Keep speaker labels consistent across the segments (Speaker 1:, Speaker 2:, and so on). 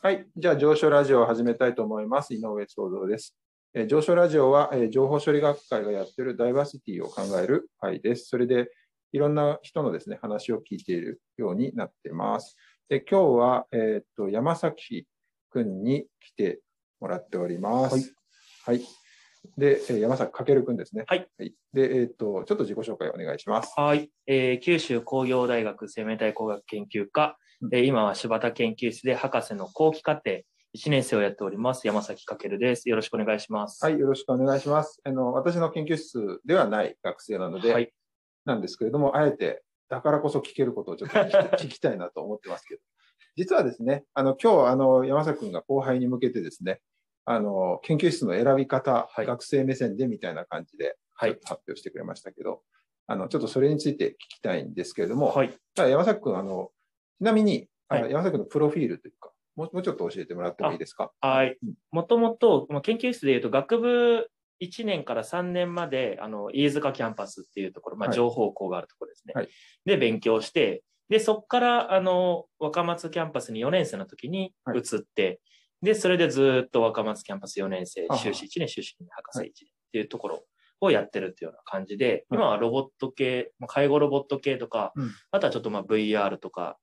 Speaker 1: はい。じゃあ、上昇ラジオを始めたいと思います。井上創造です。えー上昇ラジオは、えー情報処理学会がやっているダイバーシティを考える会です。それで、いろんな人のですね、話を聞いているようになってます。で、今日は、えーっと、山崎くんに来てもらっております。はい。で、えー山崎かけるくんですね。
Speaker 2: はい。
Speaker 1: で、えーっと、ちょっと自己紹介お願いします。
Speaker 2: はい、えー九州工業大学生命体工学研究科、
Speaker 1: うん
Speaker 2: えー今は柴田研究室で博士の後期課程1年生をやっております山崎翔です。よろしくお願いします。
Speaker 1: はい。よろしくお願いします。あの、私の研究室ではない学生なので、
Speaker 2: はい、
Speaker 1: なんですけれども、あえて、だからこそ聞けることをちょっと聞き 聞きたいなと思ってますけど、実はですね、あの、今日、あの、山崎くんが後輩に向けてですね、あの、研究室の選び方、
Speaker 2: はい
Speaker 1: 学生目線でみたいな感じで、
Speaker 2: はい
Speaker 1: ちょっと発表してくれましたけど、あの、ちょっとそれについて聞きたいんですけれども、
Speaker 2: はい、
Speaker 1: ただ山崎くん、あの、ちなみに、あの
Speaker 2: はい
Speaker 1: 山崎くんのプロフィールというか、もうもうちょっと教えてもらってもいいですか
Speaker 2: はい
Speaker 1: うん。
Speaker 2: もともと、まあ、研究室でいうと学部1年から3年まであの飯塚キャンパスっていうところ、まあ、
Speaker 1: はい
Speaker 2: 情報校があるところですね。
Speaker 1: はい
Speaker 2: で勉強してでそこからあの若松キャンパスに4年生の時に
Speaker 1: はい
Speaker 2: 移って、でそれでずーっと若松キャンパス4年生
Speaker 1: あは
Speaker 2: 修士1年修士2年博士1年っていうところをやってるっていうような感じで、
Speaker 1: はい
Speaker 2: 今はロボット系、まあ、介護ロボット系とか、
Speaker 1: うん
Speaker 2: あとはちょっとまあ VR とか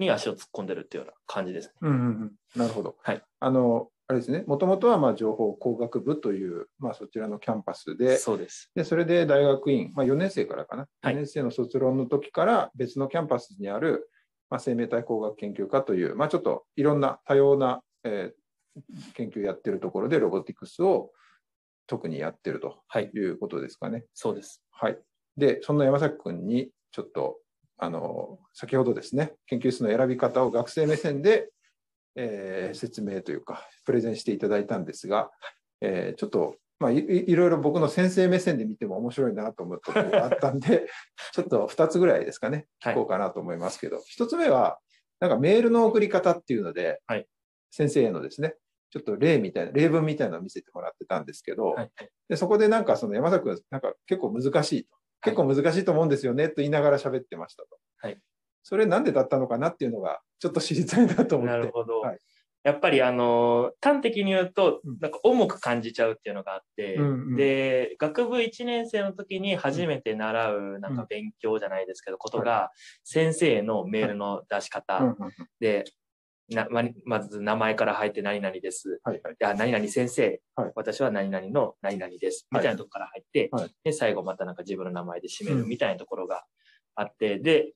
Speaker 2: に足を突っ込んでるっていうような感じですね。
Speaker 1: うんうんうん、なるほど。
Speaker 2: はい
Speaker 1: あの、あれですね、もともとはまあ情報工学部という、まあ、そちらのキャンパスで、
Speaker 2: そうです。
Speaker 1: でそれで大学院、まあ、4年生からかな、
Speaker 2: はい
Speaker 1: 4年生の卒論の時から別のキャンパスにある、まあ、生命体工学研究科という、まあ、ちょっといろんな多様な、えー研究やってるところでロボティクスを特にやってると
Speaker 2: はい
Speaker 1: いうことですかね。
Speaker 2: そうです。
Speaker 1: はい。で、そんな山崎くんに、ちょっと、あの、先ほどですね、研究室の選び方を学生目線で、えー説明というか、プレゼンしていただいたんですが、えーちょっと、まあ、いいいろいろ僕の先生目線で見ても面白いなと思ったことがあったんで、 ちょっと2つぐらいですかね、
Speaker 2: は
Speaker 1: 聞
Speaker 2: い
Speaker 1: こうかなと思いますけど、1つ目は、なんかメールの送り方っていうので、
Speaker 2: はい
Speaker 1: 先生へのですね、ちょっと例みたいな、例文みたいなのを見せてもらってたんですけど、
Speaker 2: はい。
Speaker 1: で、そこでなんかその山崎君、なんか結構難しいと。
Speaker 2: はい
Speaker 1: 結構難しいと思うんですよね、と言いながら喋ってましたと。
Speaker 2: はい。
Speaker 1: それなんでだったのかなっていうのが、ちょっと知りたいなと思って。
Speaker 2: なるほど。
Speaker 1: はい
Speaker 2: やっぱりあのー端的に言うと
Speaker 1: うん
Speaker 2: なんか重く感じちゃうっていうのがあって、
Speaker 1: うんうん
Speaker 2: で学部1年生の時に初めて習うなんか勉強じゃないですけど、ことが先生のメールの出し
Speaker 1: うんう
Speaker 2: 方
Speaker 1: んうん
Speaker 2: で、なままず名前から入って何々です
Speaker 1: はいはい。
Speaker 2: いや、何々先生、
Speaker 1: はい
Speaker 2: 私は何々の何々です、みたいなとこから入って、
Speaker 1: はい
Speaker 2: で、最後またなんか自分の名前で締める
Speaker 1: うん
Speaker 2: みたいなところがあって、で、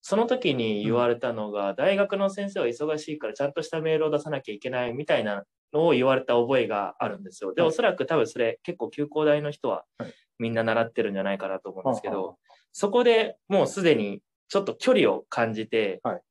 Speaker 2: その時に言われたのが、大学の先生は忙しいからちゃんとしたメールを出さなきゃいけないみたいなのを言われた覚えがあるんですよ。で、
Speaker 1: はい
Speaker 2: おそらく多分それ結構休校大の人は
Speaker 1: はい
Speaker 2: みんな習ってるんじゃないかなと思うんですけ
Speaker 1: はあ
Speaker 2: ど、そこでもうすでにちょっと距離を感じて、
Speaker 1: はい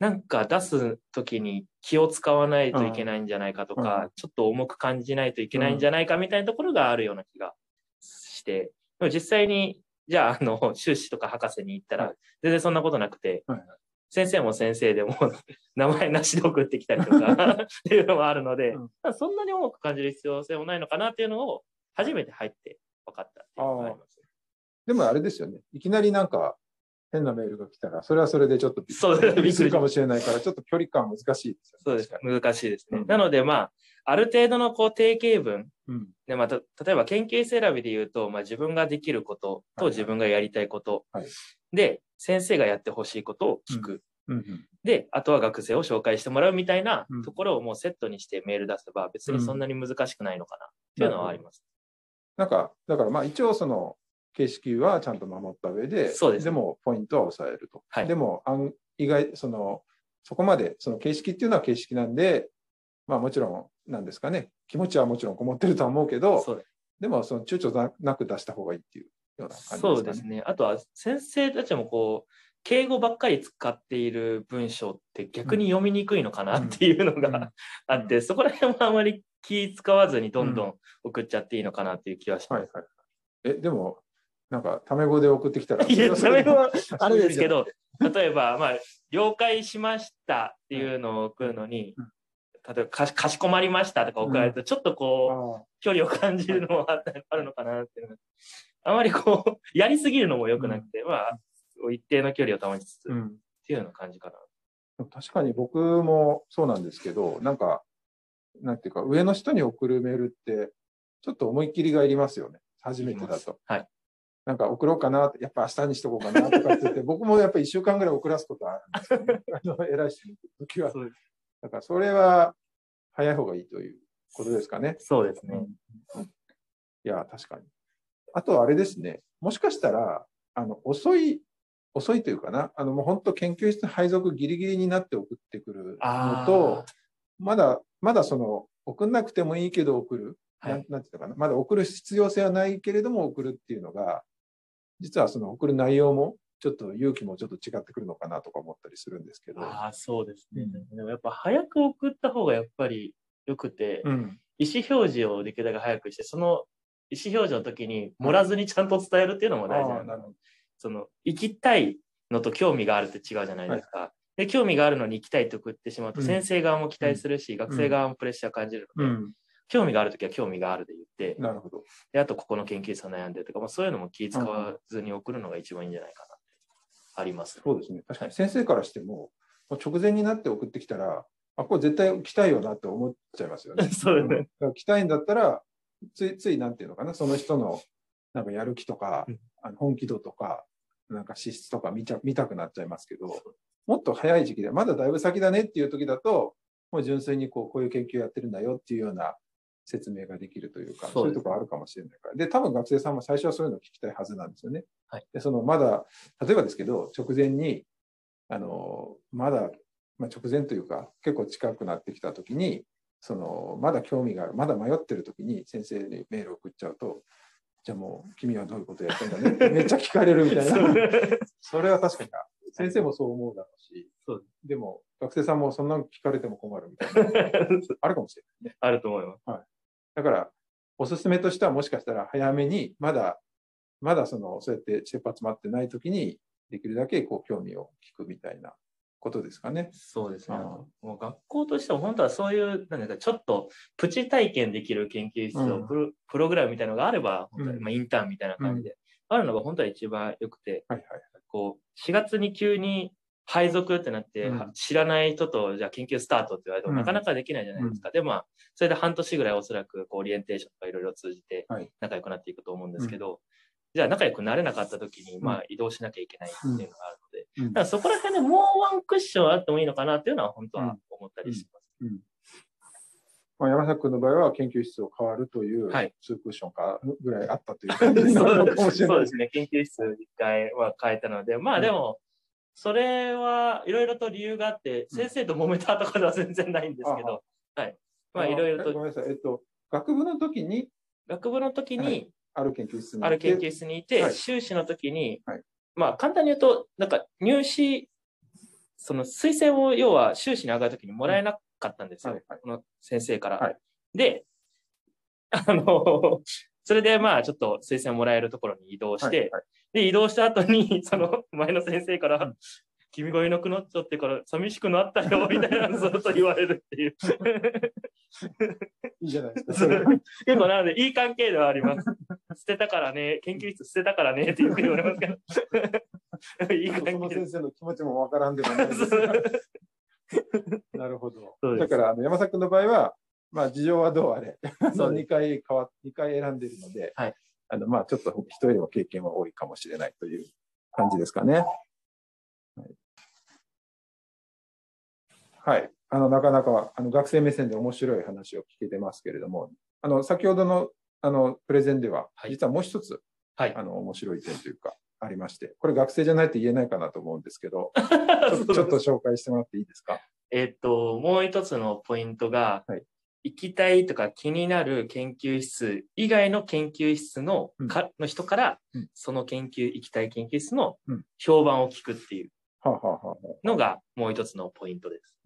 Speaker 2: なんか出す時に気を使わないといけないんじゃないかとか、
Speaker 1: うんうん
Speaker 2: ちょっと重く感じないといけないんじゃないかみたいなところがあるような気がして、でも実際に、じゃあ、あの、 修士とか博士に行った
Speaker 1: は
Speaker 2: ら、全然そんなことなくて、
Speaker 1: はいは
Speaker 2: 先生も先生でも 名前なしで送ってきたりと かっていうのもあるので、
Speaker 1: うん
Speaker 2: まあそんなに重く感じる必要性もないのかなっていうのを初めて入って分かったっていうのがあります
Speaker 1: でもあれですよね。いきなりなんか変なメールが来たら、それはそれでちょっとびっ
Speaker 2: そうです
Speaker 1: くりするかもしれないから、ちょっと距離感難しいです
Speaker 2: そ
Speaker 1: よね。
Speaker 2: うですか。難しいですね。
Speaker 1: うん
Speaker 2: なので、まあ、ある程度のこう定型文
Speaker 1: 確かに。うん。
Speaker 2: で、また、例えば研究室選びで言うと、まあ、自分ができること
Speaker 1: はいは
Speaker 2: と
Speaker 1: い
Speaker 2: 自分がやりたいこと、
Speaker 1: はい
Speaker 2: で、先生がやってほしいことを聞く、
Speaker 1: うんうん。
Speaker 2: で、あとは学生を紹介してもらうみたいな
Speaker 1: うん
Speaker 2: ところをもうセットにしてメール出せば、別にそんなに難しくないのかなっていうのはあります。
Speaker 1: なんか、だからまあ一応その形式はちゃんと守った上で、
Speaker 2: そうです
Speaker 1: もポイントは抑えると。
Speaker 2: はい
Speaker 1: でも、あん意外、その、そこまで、その形式っていうのは形式なんで、まあもちろん、なんですかね、気持ちはもちろんこもってるとは思うけど、
Speaker 2: そう
Speaker 1: でもその躊躇ななく出した方がいいっていうような感じですかね。
Speaker 2: そうですね。あとは先生たちもこう、敬語ばっかり使っている文章って逆に読みにくいのかなっていうの
Speaker 1: うんうん
Speaker 2: があって、そこら辺はあまり気使わずにどんどん送っちゃっていいのかなっていう気はし
Speaker 1: は
Speaker 2: ま
Speaker 1: い
Speaker 2: す
Speaker 1: はい。。え、でも、なんか、タメ語で送ってきたら、
Speaker 2: いや、それはあれですけ
Speaker 1: ど、
Speaker 2: ど、例えば、まあ、了解しましたっていうのを送るのに
Speaker 1: う、
Speaker 2: 例えばかし、かしこまりましたとか送られると、ちょっとこう、
Speaker 1: あ
Speaker 2: 距離を感じるのもあったあるのかなっていうのがあまりこう、 やりすぎるのも良くなくて、まあ、一定の距離を保ちつつ、
Speaker 1: ーうん
Speaker 2: っていうような感じかな。
Speaker 1: でも確かに僕もそうなんですけど、なんか、なんていうか、上の人に送るメールって、ちょっと思い切りがいりますよね。初めてだと。
Speaker 2: はい。
Speaker 1: なんか送ろうかなって、やっぱ明日にしとこうかなとかって言 って、僕もやっぱり1週間ぐらい送らすことはあるんですよ、ね。あの、偉い人の時は。
Speaker 2: そうです
Speaker 1: だからそれは早い方がいいということですかね。
Speaker 2: そうですね。
Speaker 1: いや、確かに。あとあれですね。もしかしたら、あの、遅い、遅いというかな。あの、もう本当研究室配属ギリギリになって送ってくる
Speaker 2: あ
Speaker 1: の
Speaker 2: あ。
Speaker 1: と、まだ、まだその、送んなくてもいいけど送る。
Speaker 2: はい
Speaker 1: なんなんていうのかな。まだ送る必要性はないけれども送るっていうのが、実はその送る内容も、ちょっと勇気もちょっと違ってくるのかなとか思ったりするんですけど。
Speaker 2: ああ、そうですね。
Speaker 1: う
Speaker 2: でもやっぱ早く送った方がやっぱり良くて、
Speaker 1: うん。
Speaker 2: 意思表示をできるだけ早くして、その意思表示の時に盛らずにちゃんと伝えるっていうのも大事
Speaker 1: あ
Speaker 2: な
Speaker 1: あ
Speaker 2: ん
Speaker 1: な
Speaker 2: だ
Speaker 1: るほど
Speaker 2: その、行きたいのと興味があるって違うじゃないですか。で、興味があるのに行きたいと送ってしまうと、
Speaker 1: うん
Speaker 2: 先生側も期待するし、学生側もプレッシャー感じるの
Speaker 1: う
Speaker 2: で、
Speaker 1: ん。
Speaker 2: 興味がある時は興味があるで言って、
Speaker 1: なるほど。
Speaker 2: で、あとここの研究室は悩んでるとか、まあ、そういうのも気使わずに送るのが一番いいんじゃないかなって、ありますね。。
Speaker 1: そうですね。確かに先生からしても、もう直前になって送ってきたら、あ、これ絶対来たいよなって思っちゃいますよね
Speaker 2: そうですね
Speaker 1: んだから来たいんだったら、ついついなんていうのかな、その人のなんかやる気とか
Speaker 2: うん、
Speaker 1: あの本気度とか、なんか資質とか見ちゃ見たくなっちゃいますけど、もっと早い時期で、まだだいぶ先だねっていう時だと、もう純粋にこうこういう研究やってるんだよっていうような説明ができるというか、
Speaker 2: そ
Speaker 1: そうう
Speaker 2: です
Speaker 1: いうところあるかもしれないから。で、多分学生さんも最初はそういうの聞きたいはずなんですよね。
Speaker 2: はい
Speaker 1: でそのまだ、例えばですけど、直前に、あの、まだ、まあ、直前というか、結構近くなってきた時に、その、まだ興味がある、まだ迷ってる時に先生にメール送っちゃうと、じゃあもう君はどういうことやってんだねってめっちゃ聞かれるみたいな。それは確かにな。先生もそう思うだろうし、
Speaker 2: そう
Speaker 1: でも学生さんもそんなの聞かれても困るみた いな、あるかもしれ
Speaker 2: あると思います。
Speaker 1: ない。だから、おすすめとしてはもしかしたら早めに、まだ、まだその、そうやって切羽詰まってない時に、できるだけこう興味を聞くみたいなことですかね。
Speaker 2: そうですね。
Speaker 1: うん
Speaker 2: もう学校としても本当はそういう、なんですか、ちょっとプチ体験できる研究室
Speaker 1: う
Speaker 2: の
Speaker 1: ん
Speaker 2: プロ,、プログラムみたいなのがあれば、本当に
Speaker 1: うん
Speaker 2: まあ、インターンみたいな感じで、あるのが本当は一番良くて、
Speaker 1: はいはい。
Speaker 2: こう、4月に急に配属ってなって、
Speaker 1: うん
Speaker 2: は知らない人と、じゃあ研究スタートって言われても、
Speaker 1: うん
Speaker 2: なかなかできないじゃないですか。で、まあ、それで半年ぐらいおそらく、こう、オリエンテーションとかいろいろ通じて
Speaker 1: はい、
Speaker 2: 仲良くなっていくと思うんですけど、じゃあ仲良くなれなかった時に、ま
Speaker 1: う
Speaker 2: あ、移動しなきゃいけないっていうのがあるので、
Speaker 1: うん
Speaker 2: だからそこら辺でもうワンクッションあってもいいのかなっていうのは本当は思ったりします。
Speaker 1: まあ、山崎君の場合は研究室を変わるという
Speaker 2: はい
Speaker 1: ツークッションかぐらいあったと いう感じな
Speaker 2: そう
Speaker 1: の
Speaker 2: で
Speaker 1: かもし
Speaker 2: す
Speaker 1: れない
Speaker 2: そ
Speaker 1: う
Speaker 2: ですね。研究室一回は変えたので、まあでも、それはいろいろと理由があって、
Speaker 1: うん
Speaker 2: 先生と揉めたとかでは全然ないんですけど、はい。まあいろいろ
Speaker 1: ご
Speaker 2: と、
Speaker 1: めんなさい。えっと、学部の時に
Speaker 2: 学部の時
Speaker 1: は
Speaker 2: に
Speaker 1: い、ある研究室に行って
Speaker 2: ある研究室にい
Speaker 1: は
Speaker 2: て、
Speaker 1: い
Speaker 2: 修士の時に
Speaker 1: はい、
Speaker 2: まあ簡単に言うと、なんか入試、その推薦を要は修士に上がる時にもらえなかったんですよ
Speaker 1: はい。はい
Speaker 2: この先生から。
Speaker 1: はい
Speaker 2: で、あの、それでまあちょっと推薦もらえるところに移動して、
Speaker 1: はいはい
Speaker 2: で、移動した後に、 その前の先生か
Speaker 1: う
Speaker 2: ら、君がいなくなっちゃってから寂しくなったよ、 みたいなのずっと言われるって いう。
Speaker 1: いいじゃないですか。
Speaker 2: そ
Speaker 1: そうれ
Speaker 2: 結構なので、いい関係ではあります。捨てたからね、研究室捨てたからねってよく言われますけど。 いい
Speaker 1: そ
Speaker 2: 関
Speaker 1: の
Speaker 2: 係で
Speaker 1: 先生の気持ちもわからんではないです
Speaker 2: す。
Speaker 1: がなるほど。
Speaker 2: そうで
Speaker 1: だ
Speaker 2: す
Speaker 1: から、あの山崎君の場合は、まあ、事情はどうあれ、
Speaker 2: そう
Speaker 1: 2回変わ、二回選んでいるので、
Speaker 2: はい
Speaker 1: あの、まあ、ちょっと人よりも経験は多いかもしれないという感じですかね。はい。はい、あの、なかなか、あの、学生目線で面白い話を聞けてますけれども、あの、先ほどの、あの、プレゼンでは、
Speaker 2: はい
Speaker 1: 実はもう一つ、
Speaker 2: はい
Speaker 1: あの、面白い点というか、ありまして、これ学生じゃないと言えないかなと思うんですけ ど、 ちょちょっと紹介してもらっていいですか。
Speaker 2: えっと、もう一つのポイントが、
Speaker 1: はい
Speaker 2: 行きたいとか気になる研究室以外の研究室の
Speaker 1: うん
Speaker 2: か、の人から、
Speaker 1: うん
Speaker 2: その研究、行きたい研究室の
Speaker 1: うん
Speaker 2: 評判を聞くっていう
Speaker 1: はあ、はあはあはあ、
Speaker 2: のがもう一つのポイントです。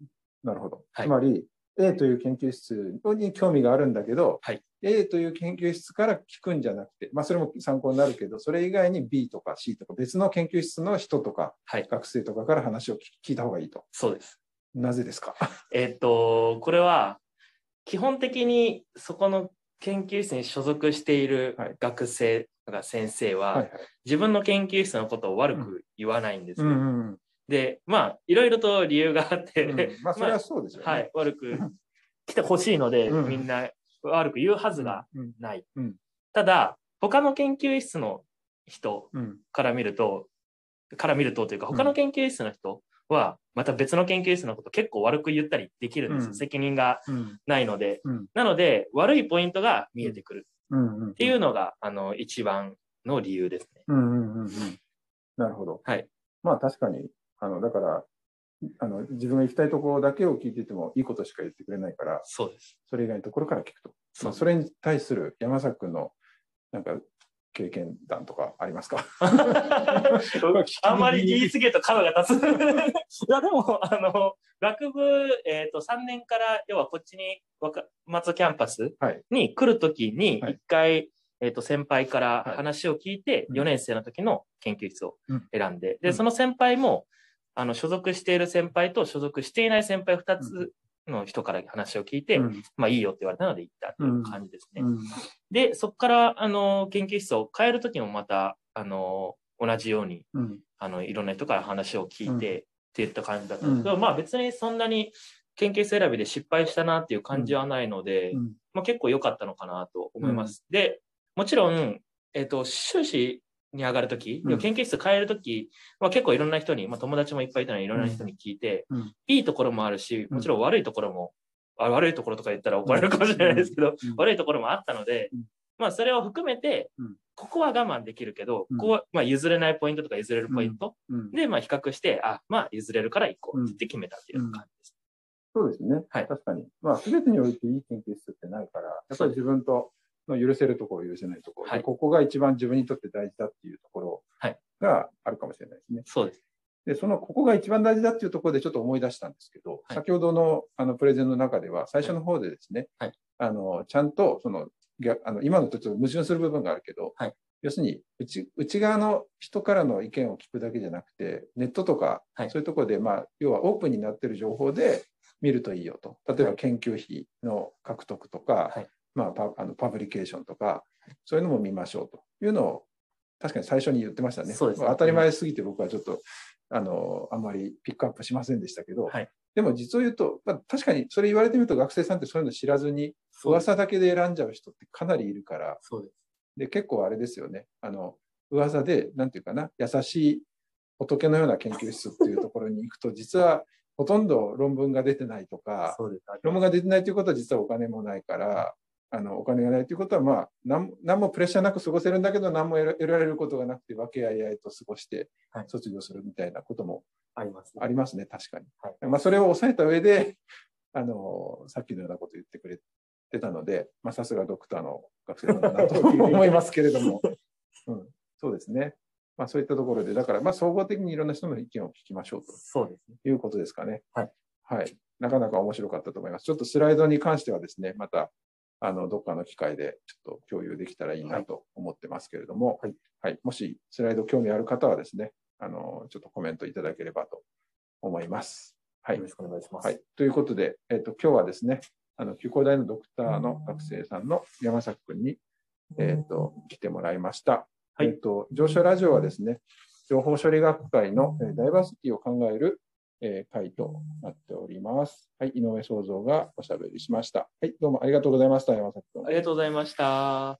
Speaker 1: なるほど。
Speaker 2: はい
Speaker 1: つまり、A という研究室に興味があるんだけど、
Speaker 2: はい
Speaker 1: A という研究室から聞くんじゃなくて、まあ、それも参考になるけど、それ以外に B とか C とか別の研究室の人とか、
Speaker 2: はい
Speaker 1: 学生とかから話を聞聞いた方がいいと。
Speaker 2: そうです。
Speaker 1: なぜですか
Speaker 2: えっと、これは、基本的にそこの研究室に所属している
Speaker 1: はい
Speaker 2: 学生とか先生は、
Speaker 1: はいはい。
Speaker 2: 自分の研究室のことを悪く言わないんです
Speaker 1: う
Speaker 2: よ。
Speaker 1: んうんうん。
Speaker 2: で、まあ、いろいろと理由があって、
Speaker 1: うんまあ、それはそうですよね。
Speaker 2: はい、悪く来てほしいので、
Speaker 1: うん
Speaker 2: みんな悪く言うはずが
Speaker 1: うん
Speaker 2: ない。
Speaker 1: うん
Speaker 2: ただ、他の研究室の人
Speaker 1: うん
Speaker 2: から見ると、から見るとというか、
Speaker 1: うん
Speaker 2: 他の研究室の人は、また別の研究室のこと結構悪く言ったりできるんですよ。
Speaker 1: うん
Speaker 2: 責任が
Speaker 1: うん
Speaker 2: ないので。
Speaker 1: うん
Speaker 2: なので、悪いポイントが見えてくる
Speaker 1: うんうん
Speaker 2: っていうのが、あの、一番の理由ですね。
Speaker 1: うんうんうんうんなるほど。
Speaker 2: はい。
Speaker 1: まあ確かに、あの、だから、あの、自分が行きたいところだけを聞いてても、いいことしか言ってくれないから、
Speaker 2: そう です。
Speaker 1: それ以外のところから聞くと。
Speaker 2: そう
Speaker 1: それに対する山崎君の、なんか、経験談とかあり ますか
Speaker 2: あんまり言い過ぎると角が立つ。 いや、でも、あの、学部、えっ、と、3年から、要はこっちに、わか松キャンパス
Speaker 1: はい
Speaker 2: に来るときに、
Speaker 1: はい
Speaker 2: 一回、えっ、と、先輩から
Speaker 1: はい
Speaker 2: 話を聞いて、
Speaker 1: うん
Speaker 2: 4年生の時の研究室を
Speaker 1: うん
Speaker 2: 選んで、
Speaker 1: う
Speaker 2: で、
Speaker 1: ん
Speaker 2: その先輩も、あの、所属している先輩と所属していない先輩2つの人から話を聞いて、
Speaker 1: うん
Speaker 2: まあいいよって言われたので行ったっていう感じですね。
Speaker 1: うん
Speaker 2: で、そこから、あの、研究室を変えるときもまた、あの、同じように、
Speaker 1: うん
Speaker 2: あの、いろんな人から話を聞い
Speaker 1: う
Speaker 2: て、って言った感じだったんですけど、まあ別にそんなに研究室選びで失敗したなっていう感じはないので、
Speaker 1: うん
Speaker 2: まあ結構良かったのかなと思います。で、もちろん、えっ、と、修士に上がるとき、
Speaker 1: うん
Speaker 2: 研究室変えるとき、まあ結構いろんな人に、まあ友達もいっぱいいたのでいろんな人に聞いて、
Speaker 1: うん
Speaker 2: いいところもあるし、
Speaker 1: うん
Speaker 2: もちろん悪いところも、あ悪いところとか言ったら怒られるかもしれないですけど、
Speaker 1: うん
Speaker 2: 悪いところもあったので、
Speaker 1: うん
Speaker 2: まあそれを含めて、
Speaker 1: うん
Speaker 2: ここは我慢できるけど、
Speaker 1: うん
Speaker 2: ここはまあ譲れないポイントとか譲れるポイント、
Speaker 1: うん
Speaker 2: でまあ比較して、あ、まあ譲れるから行こうって言って決めたっていう感じです。
Speaker 1: そうですね。
Speaker 2: はい
Speaker 1: 確かに。まあ、すべてにおいていい研究室ってないから、やっぱり自分との許せるところ、許せないところ、で
Speaker 2: はい
Speaker 1: ここが一番自分にとって大事だっていうところ
Speaker 2: はい
Speaker 1: があるかもしれないですね。
Speaker 2: そうです。
Speaker 1: で、そのここが一番大事だっていうところでちょっと思い出したんですけど、
Speaker 2: はい
Speaker 1: 先ほどのあのプレゼンの中では、最初の方でですね、
Speaker 2: はい
Speaker 1: あのちゃんとその逆あの今のとちょっと矛盾する部分があるけど、
Speaker 2: はい
Speaker 1: 要するに内内側の人からの意見を聞くだけじゃなくて、ネットとか、
Speaker 2: はい
Speaker 1: そういうところで、まあ、要はオープンになってる情報で見るといいよと。例え
Speaker 2: は
Speaker 1: ば
Speaker 2: い
Speaker 1: 研究費の獲得とか、
Speaker 2: はい
Speaker 1: まあ、パあのパブリケーションとか、そういうのも見ましょうというのを確かに最初に言ってましたね。
Speaker 2: そうですね
Speaker 1: まあ当たり前すぎて僕はちょっと、あの、あんまりピックアップしませんでしたけど、
Speaker 2: はい
Speaker 1: でも実を言うと、まあ、確かにそれ言われてみると学生さんってそういうの知らずに、噂だけで選んじゃう人ってかなりいるから、
Speaker 2: そうです。
Speaker 1: で、結構あれですよね。あの、噂で、なんていうかな、優しい仏のような研究室っていうところに行くと、 実はほとんど論文が出てないとか、
Speaker 2: そうです。
Speaker 1: ロムが出てないということは実はお金もないから、あのお金がないということは、まあ、なん何もプレッシャーなく過ごせるんだけど、何も得ら得られることがなくて、和気あいあいと過ごして
Speaker 2: はい
Speaker 1: 卒業するみたいなことも
Speaker 2: ありますね、
Speaker 1: ありますね、確かに。
Speaker 2: は
Speaker 1: まあ、それを抑えた上で、あのさっきのようなことを言ってくれてたので、まあ、さすがドクターの学生なんだなと思いますけれども、うん、そうですね。まあ、そういったところで、だから、まあ、総合的にいろんな人の意見を聞きましょうと。
Speaker 2: そうですね。
Speaker 1: ということですかね。
Speaker 2: はい。
Speaker 1: はい。なかなか面白かったと思います。ちょっとスライドに関してはですね、また、あの、どっかの機会でちょっと共有できたらいいなと思ってますけれども、
Speaker 2: はい。
Speaker 1: はい。もしスライド興味ある方はですね、あの、ちょっとコメントいただければと思います。はい
Speaker 2: よろ。しくお願いします。
Speaker 1: はい。ということで、えっ、と、今日はですね、あの、旧工大のドクターの学生さんの山崎くんに、えっ、と、来てもらいました。
Speaker 2: はい
Speaker 1: えっ、と、上昇ラジオはですね、情報処理学会のえーダイバーシティを考える、えー会となっております。はい。井上創造がおしゃべりしました。はい。どうもありがとうございました、山崎くん
Speaker 2: あ。りがとうございました。